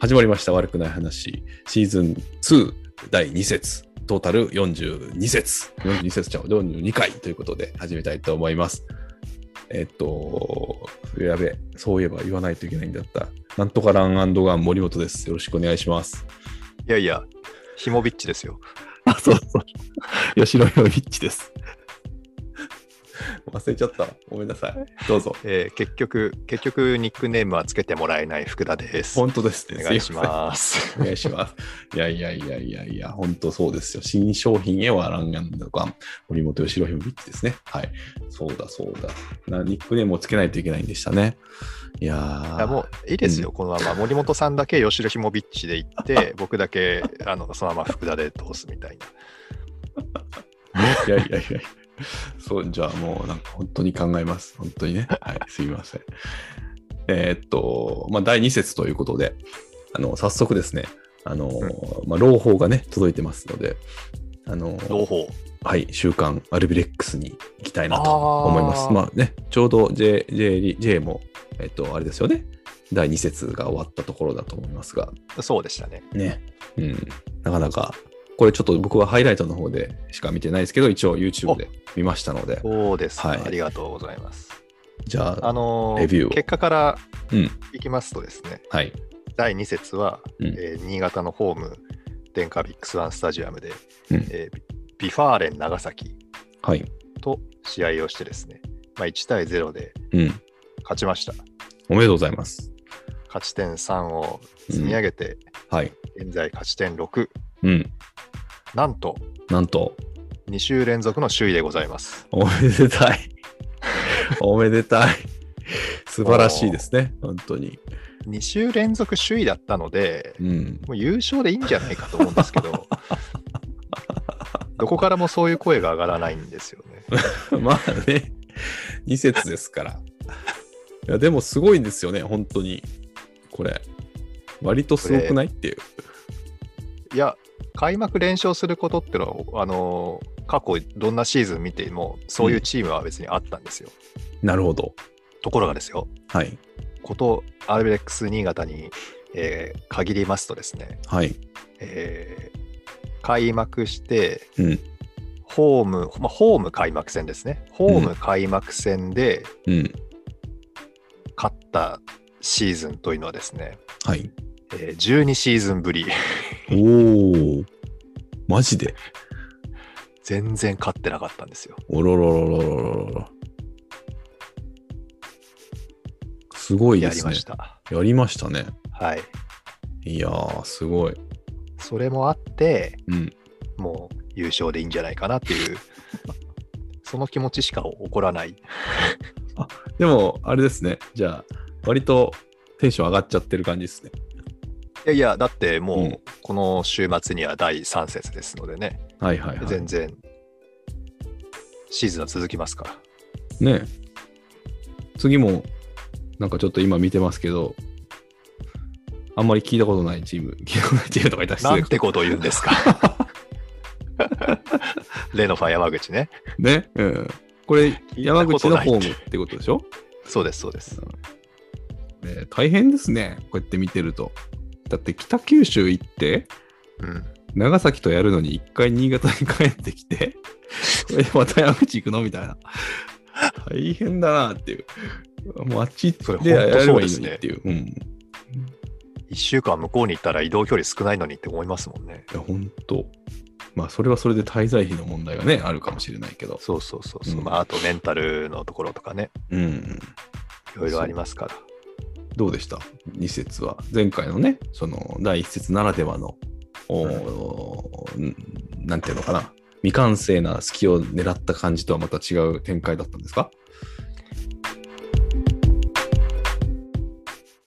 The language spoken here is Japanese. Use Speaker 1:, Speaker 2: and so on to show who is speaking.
Speaker 1: 始まりました。悪くない話。シーズン2第2節。トータル42節。42節ちゃう。42回ということで始めたいと思います。えっと、やべえ。そういえば言わないといけないんだった。なんとかランガン森本です。よろしくお願いします。
Speaker 2: いやいや、ヒモビッチですよ。
Speaker 1: あ、そうそう。吉野洋一です。忘れちゃった。ごめんなさい。どうぞ。
Speaker 2: えー結局、結局、ニックネームはつけてもらえない福田です。 お
Speaker 1: 本当ですね。
Speaker 2: 願いし
Speaker 1: すいません
Speaker 2: ます。
Speaker 1: お願いします。いやいやいやいやいや、本当そうですよ。新商品へはランガンドガン、森本義弘ビッチですね。はい。そうだそうだ。なニックネームをつけないといけないんでしたね。いやー
Speaker 2: いやもういいですよ、このまま森本さんだけ吉田ヒモビッチで行 って、僕だけあのそのまま福田で通すみたいな。
Speaker 1: いやいやいや。そう、じゃあもうなんか本当に考えます。本当にね。はい、すみません。えーっと、まあ、第2節ということで、あの、早速ですね、あのー、まあ、朗報がね、届いてますので、あのー、
Speaker 2: 朗報。
Speaker 1: はい、週刊アルビレックスに行きたいなと
Speaker 2: あー
Speaker 1: 思います。まあね、ちょうど J, J, リ J も、えっと、あれですよね、第2節が終わったところだと思いますが、
Speaker 2: そうでしたね。
Speaker 1: ね、うん、なかなか、これちょっと僕はハイライトの方でしか見てないですけど、一応 YouTube で見ましたので、
Speaker 2: そうです、
Speaker 1: はい
Speaker 2: ありがとうございます。
Speaker 1: じゃあ、
Speaker 2: あのー
Speaker 1: レビューを
Speaker 2: 結果から
Speaker 1: うん、
Speaker 2: いきますとですね、
Speaker 1: はい、
Speaker 2: 第2節は、
Speaker 1: うん
Speaker 2: えー新潟のホーム、デンカビックスワンスタジアムで、
Speaker 1: うん
Speaker 2: えービビファーレン長崎
Speaker 1: はい、
Speaker 2: と試合をしてですね、まあ、1対0で
Speaker 1: うん、
Speaker 2: 勝ちました。
Speaker 1: おめでとうございます。
Speaker 2: 勝ち点3を積み上げて、
Speaker 1: はい、
Speaker 2: 現在勝ち点6。
Speaker 1: うん、
Speaker 2: なんと、
Speaker 1: なんと、
Speaker 2: 2週連続の首位でございます。
Speaker 1: おめでたい。おめでたい。素晴らしいですね、本当に。
Speaker 2: 2週連続首位だったので、
Speaker 1: うん、
Speaker 2: もう優勝でいいんじゃないかと思うんですけど、どこからもそういう声が上がらないんですよ ね。
Speaker 1: まあね、2節ですから。いや、でもすごいんですよね、本当に。これ。割とすごくないっていう。
Speaker 2: いや、開幕連勝することってのは、あのー過去どんなシーズン見ても、そういうチームは別にあったんですよ。
Speaker 1: なるほど。
Speaker 2: ところがですよ、
Speaker 1: はい。
Speaker 2: ことアルベレックス新潟に、えー限りますとですね、
Speaker 1: はい。
Speaker 2: えー開幕して、
Speaker 1: うん。
Speaker 2: ホーム、まあ、ホーム開幕戦ですね、ホーム開幕戦で
Speaker 1: うん。
Speaker 2: 勝ったシーズンというのはですね、
Speaker 1: はい。
Speaker 2: えー12シーズンぶり、
Speaker 1: おお。マジで。
Speaker 2: 全然勝ってなかったんですよ。
Speaker 1: おろろろろろろろ。すごいで
Speaker 2: やり
Speaker 1: すね
Speaker 2: ま。した。
Speaker 1: やりましたね。
Speaker 2: はい。
Speaker 1: いやー、すごい。
Speaker 2: それもあって、
Speaker 1: うん。
Speaker 2: もう優勝でいいんじゃないかなっ ていう、その気持ちしか起こらない。
Speaker 1: でも、あれですね。じゃあ、割とテンション上がっちゃってる感じですね。
Speaker 2: いやいや、だってもう、
Speaker 1: うん
Speaker 2: この週末には第3節ですのでね、
Speaker 1: はいはいはい。
Speaker 2: 全然、シーズンは続きますから。
Speaker 1: ねえ次もなんかちょっと今見てますけどあんまり聞いたことないチーム 聞いたことないチームとかいた し
Speaker 2: なんてことを言うんですか。レノファ山口ね。
Speaker 1: ね、うん、これ
Speaker 2: いた
Speaker 1: 山
Speaker 2: こ
Speaker 1: 口
Speaker 2: と
Speaker 1: の
Speaker 2: ない
Speaker 1: ホームってことでしょ、
Speaker 2: そうです、そうです。
Speaker 1: えー大変ですねこうやって見てるとだって北九州行って
Speaker 2: うん。
Speaker 1: 長崎とやるのに一回新潟に帰ってきて これでまた山口行くのみたいな大変だなっていうもうあっち
Speaker 2: それ
Speaker 1: でや
Speaker 2: ほんと
Speaker 1: れ
Speaker 2: そう
Speaker 1: ばいいの
Speaker 2: です
Speaker 1: に
Speaker 2: ね
Speaker 1: っていううん
Speaker 2: 1週間向こうに行ったら移動距離少ないのにって思いますもんね。
Speaker 1: いや、本当まあ、それはそれで滞在費の問題がね、あるかもしれないけど。
Speaker 2: そうそうそうそう。
Speaker 1: うん
Speaker 2: まあ、あとメンタルのところとかね、
Speaker 1: うん。
Speaker 2: いろいろありますから。
Speaker 1: どうでした ?2 節は。前回のね、その、第1節ならではの、おーんなんていうのかな。未完成な隙を狙った感じとはまた違う展開だったんですか